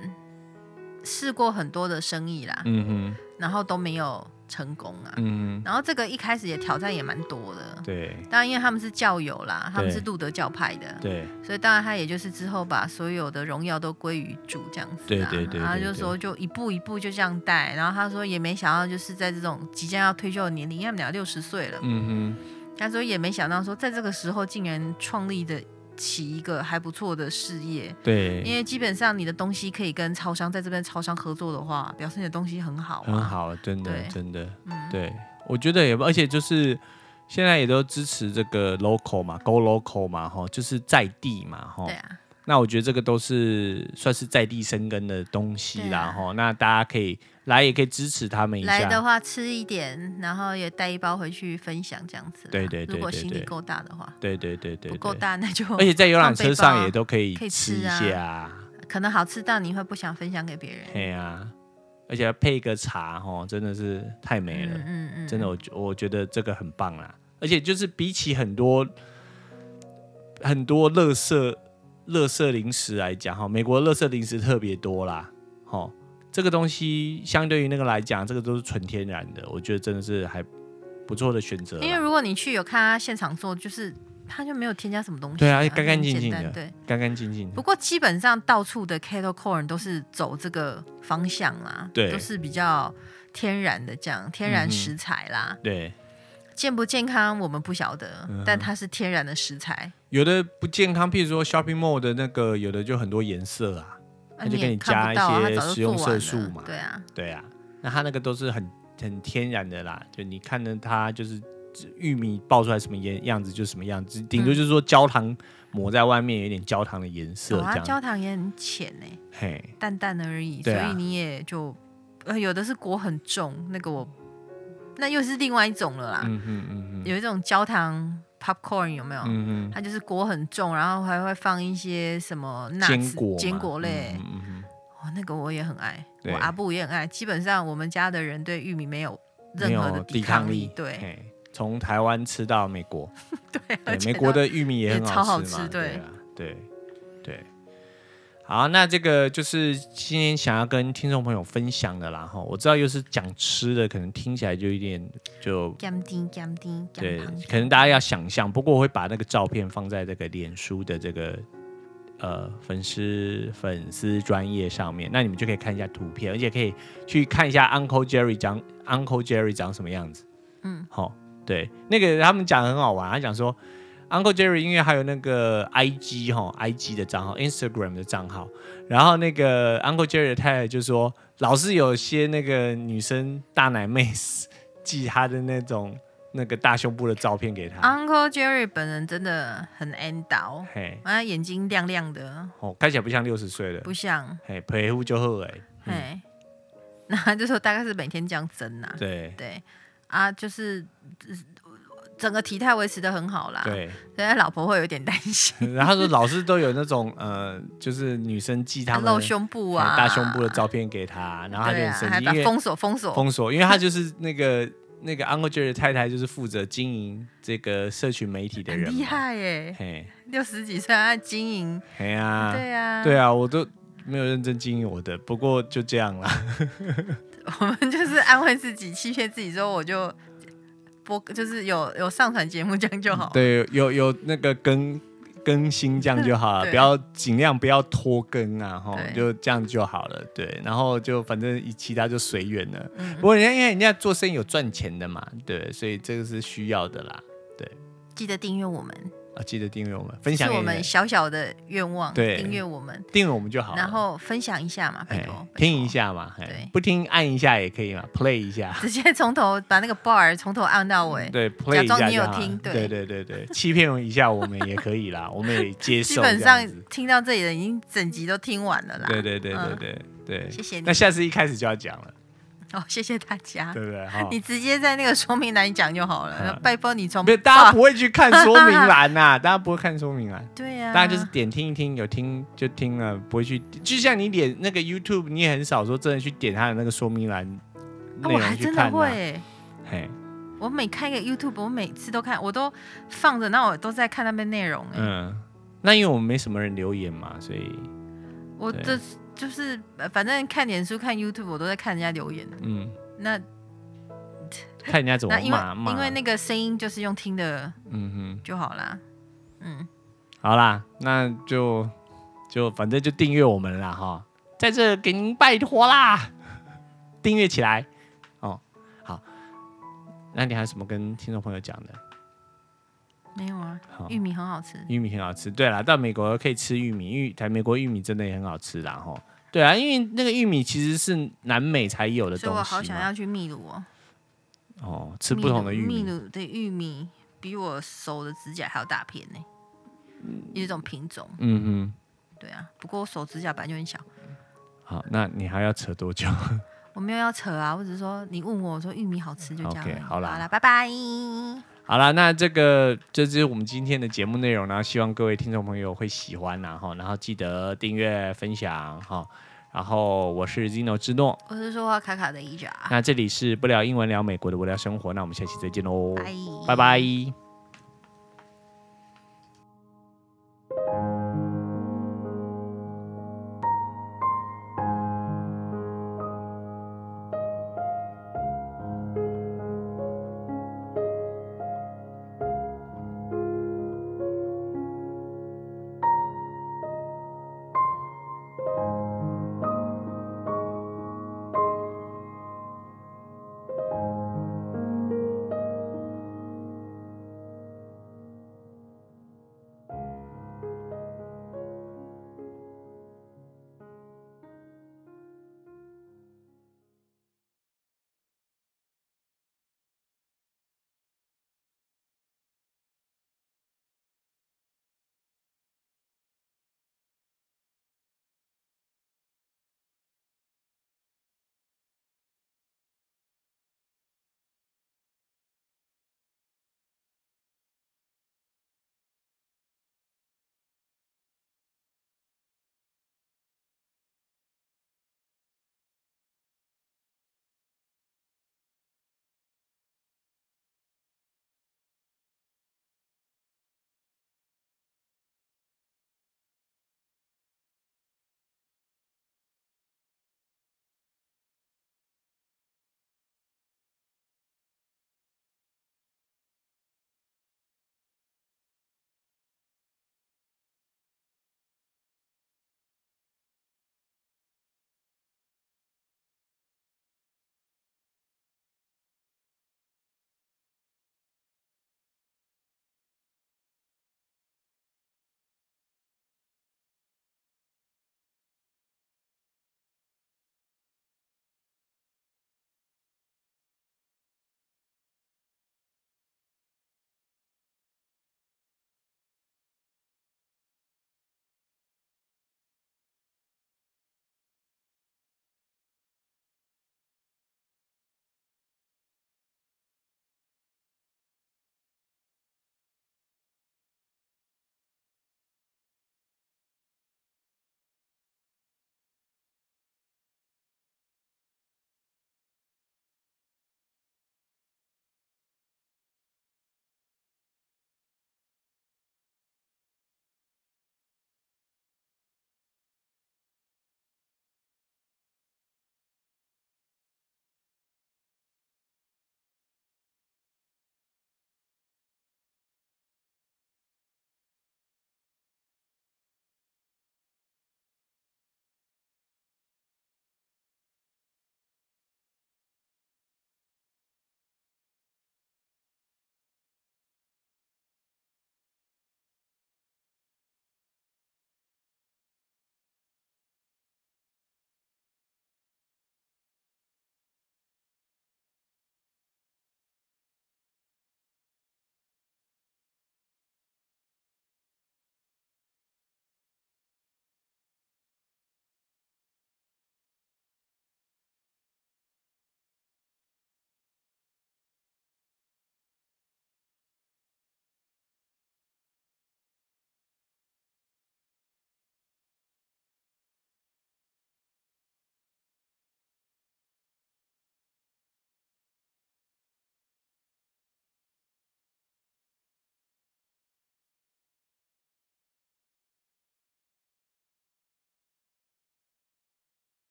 B: 试过很多的生意啦，
A: 嗯哼，
B: 然后都没有成功啊。
A: 嗯，
B: 然后这个一开始也挑战也蛮多的，
A: 对
B: 当然因为他们是教友啦，他们
A: 对
B: 是路德教派的，
A: 对
B: 所以当然他也就是之后把所有的荣耀都归于主这样子、啊，
A: 对对对
B: 然后他
A: 对
B: 就
A: 对
B: 说就一步一步就这样带，然后他说也没想到就是在这种即将要退休的年龄，因为他们俩六十岁了，
A: 嗯
B: 他说也没想到说在这个时候竟然创立的起一个还不错的事业
A: 哼，，对，
B: 因为基本上你的东西可以跟超商在这边超商合作的话，表示你的东西很好啊，
A: 很好，真的
B: 对
A: 真的，
B: 嗯，
A: 对，我觉得也不，而且就是现在也都支持这个 local 嘛，go local 嘛，哈，就是在地嘛，哈
B: 对。啊，
A: 那我觉得这个都是算是在地生根的东西啦，
B: 对啊
A: 哈、那大家可以来，也可以支持他们一
B: 来的
A: 下。
B: 话吃一点，然后也带一包回去分享这样子啦，啊
A: 对对对
B: 如果
A: 对
B: 心
A: 对
B: 里够大的话，
A: 对对对对
B: 不够
A: 对。
B: 大那就
A: 而且在游览车
B: 放背包
A: 上
B: 啊
A: 也都可以
B: 可以
A: 吃
B: 吃
A: 一
B: 啊
A: 下啊，
B: 可能好吃到你会不想分享给别人。
A: 嘿啊，而且配一个茶，哦，真的是太美了。
B: 嗯嗯嗯，
A: 真的，我觉我觉得这个很棒啦。而且就是比起很多很多乐色乐色零食来讲，哈，美国乐色零食特别多啦，哈，这个东西相对于那个来讲，这个都是纯天然的，我觉得真的是还不错的选择啦。
B: 因为如果你去有看他现场做，就是他就没有添加什么东西、
A: 对啊
B: 很
A: 干干净净的
B: 简单对，
A: 干干净净的
B: 不，过基本上到处的 cattle corn 都是走这个方向啦，
A: 对
B: 都是比较天然的这样，
A: 嗯
B: 天然
A: 哼嗯
B: 食材啦，
A: 对，
B: 健不健康我们不晓得，但它是天然的食材。
A: 有的不健康，譬如说 shopping mall 的那个，有的就很多颜色啊，那
B: 啊
A: 就
B: 你
A: 给
B: 也
A: 你
B: 看
A: 加
B: 不
A: 一
B: 到啊，
A: 些
B: 它
A: 食
B: 早就做
A: 用
B: 完
A: 色
B: 了。
A: 素嘛，
B: 对啊，
A: 对啊，那它那个都是很很天然的啦，就你看着它就是玉米爆出来什么颜样子就什么样子，顶多
B: 嗯
A: 就是说焦糖抹在外面有点焦糖的颜色
B: 哦，它
A: 这样。
B: 焦糖也很浅欸呢、
A: 嘿，
B: 淡淡的而已，所
A: 对啊
B: 以你也就呃有的是果很重，那个我那又是另外一种了啦。
A: 嗯哼嗯哼
B: 有一种焦糖 popcorn 有没有？
A: 嗯
B: 它就是果很重，然后还会放一些什么
A: 哼，
B: nuts,
A: 坚果嘛
B: 坚果类、
A: 嗯哼嗯
B: 哦，那个我也很爱，
A: 对
B: 我阿布也很爱。基本上我们家的人对玉米没有
A: 哼，没
B: 任何
A: 有
B: 的
A: 抵
B: 抗
A: 力，
B: 对
A: 嘿，从台湾吃到美国，
B: 对，
A: 对
B: 而，且
A: 美国
B: 它
A: 的玉米也很
B: 也超好
A: 吃嘛，
B: 吃对
A: 对啊，对对。好，那这个就是今天想要跟听众朋友分享的啦哈。我知道又是讲吃的，可能听起来就有点就
B: 甘丁甘丁
A: 对
B: 甘糖，
A: 可能大家要想象。不过我会把那个照片放在这个脸书的这个呃粉丝粉丝专业上面，那你们就可以看一下图片，而且可以去看一下 Uncle Jerry 长 Uncle Jerry 长什么样子。
B: 嗯，
A: 好、对，那个他们讲得很好玩，他讲说 Uncle Jerry 因为还有那个 IG 哈、IG 的账号，Instagram 的账号，然后那个 Uncle Jerry 的太太就说，老是有些那个女生大奶妹寄她的那种那个大胸部的照片给他，
B: Uncle Jerry 本人真的很 end 倒，
A: 嘿，
B: 啊，眼睛亮亮的，
A: 哦，看起来不像六十岁的，
B: 不像。
A: 嘿，陪护就好哎、嗯
B: 哎， 那他就说大概是每天这样蒸呐、
A: 对
B: 对啊，就是呃整个体态维持的很好啦，，
A: 对，
B: 所以他老婆会有点担心，
A: 然后他说老是都有那种 呃，就是女生寄 他们
B: 露胸部
A: 嘿
B: 啊，
A: 大胸部的照片给他，然后他就
B: 对
A: 很
B: 啊，
A: 生
B: 还
A: 气，
B: 把
A: 因为
B: 封锁封锁，
A: 封锁，因为他就是那个 那个 Uncle Jerry 的太太，就是负责经营这个社群媒体的
B: 很
A: 人，
B: 厉，害耶，
A: 嘿，
B: 六十几岁还在经营，
A: 嘿啊，
B: 对啊，
A: 对啊，我都没有认真经营我的，不过就这样啦，
B: 我们就是安慰自己，欺骗自己说我就播，就是有有上传节目这样就好，
A: 嗯对，有有那个更更新这样就好了，
B: 对
A: 不要尽量不要拖更啊，哈，
B: 对
A: 就这样就好了，对，然后就反正一其他就随缘了。
B: 嗯
A: 不过人家因为人家做生意有赚钱的嘛，对，所以这个是需要的啦。
B: 记得订阅我们，
A: 啊，记得订阅我们，分
B: 是
A: 享给
B: 我
A: 你
B: 们
A: 们，
B: 小小的愿望，
A: 对
B: 订阅我们。
A: 订阅我们就好了。
B: 然后分享一下嘛，拜
A: 哎
B: 托，，拜
A: 听
B: 托
A: 一下嘛，哎
B: 对，
A: 不听按一下也可以嘛，play 一 下，
B: 直接从头把那个 bar 从头按到尾，
A: 嗯对，play 一
B: 假
A: 下
B: 装你
A: 就
B: 有
A: 好
B: 听对
A: 对对对对， 欺骗一下我们也可以 啦，我们也接受，
B: 基本
A: 这样
B: 上
A: 子
B: 听到这里的已经整集都听完了啦。
A: 对对对对
B: 嗯
A: 对对，
B: 谢谢你
A: 那下次一开始就要讲了，
B: 哦，谢谢大家。
A: 对不对？哈，
B: 你直接在那个说明栏讲就好了
A: 嗯，
B: 拜托你从
A: 没有，大家
B: 啊
A: 不会去看说明栏呐，大家不会看说明栏。
B: 对啊呀，
A: 大家就是点听一听，有听就听了，不会去。就像你点那个 YouTube，你也很少说真的去点它的那个说明栏
B: 啊
A: 内
B: 我还
A: 容去
B: 真
A: 看、
B: 的
A: 啊。
B: 会欸，
A: 嘿，
B: 我每看一个 YouTube，我每次都看，我都放着，那我都在看那边内容哎，
A: 嗯，那因为我们没什么人留言嘛，所以
B: 我
A: 对
B: 这就是呃反正看脸书、看 YouTube，我都在看人家留言，
A: 嗯，
B: 那
A: 看人家怎么
B: 那因为
A: 骂骂。
B: 因为那个声音就是用听的
A: 嗯
B: 就好啦。嗯，
A: 哼，好啦，那就就反正就订阅我们啦哈，在这给您拜托啦， 订阅起来哦。好，那你还有什么跟听众朋友讲的？
B: 没有啊，
A: 好
B: 玉米很好吃。
A: 玉米很好吃。对啦，到美国可以吃玉米，玉台美国玉米真的也很好吃啦哈。吼对啊，因为那个玉米其实是南美才有的
B: 所
A: 东
B: 以
A: 西嘛。
B: 我好想要去秘鲁哦，
A: 哦，吃不同的玉
B: 秘
A: 米。
B: 鲁秘鲁的玉米比我手的指甲还要大片呢、有一种品种。
A: 嗯
B: 对啊，不过我手指甲本来就很小，
A: 哼，好，那你还要扯多久？
B: 我没有要扯啊，我只是说你问我，我说玉米好吃就这样而已。
A: OK，好啦
B: 好啦，拜拜。
A: 好了，那这个这就是我们今天的节目内容啦，希望各位听众朋友会喜欢啦哈，然后记得订阅分享哈，然后我是 Zino 之诺，
B: 我是说话卡卡的一甲，
A: 那这里是不聊英文聊美国的无聊生活，那我们下期再见喽，
B: 拜
A: 拜拜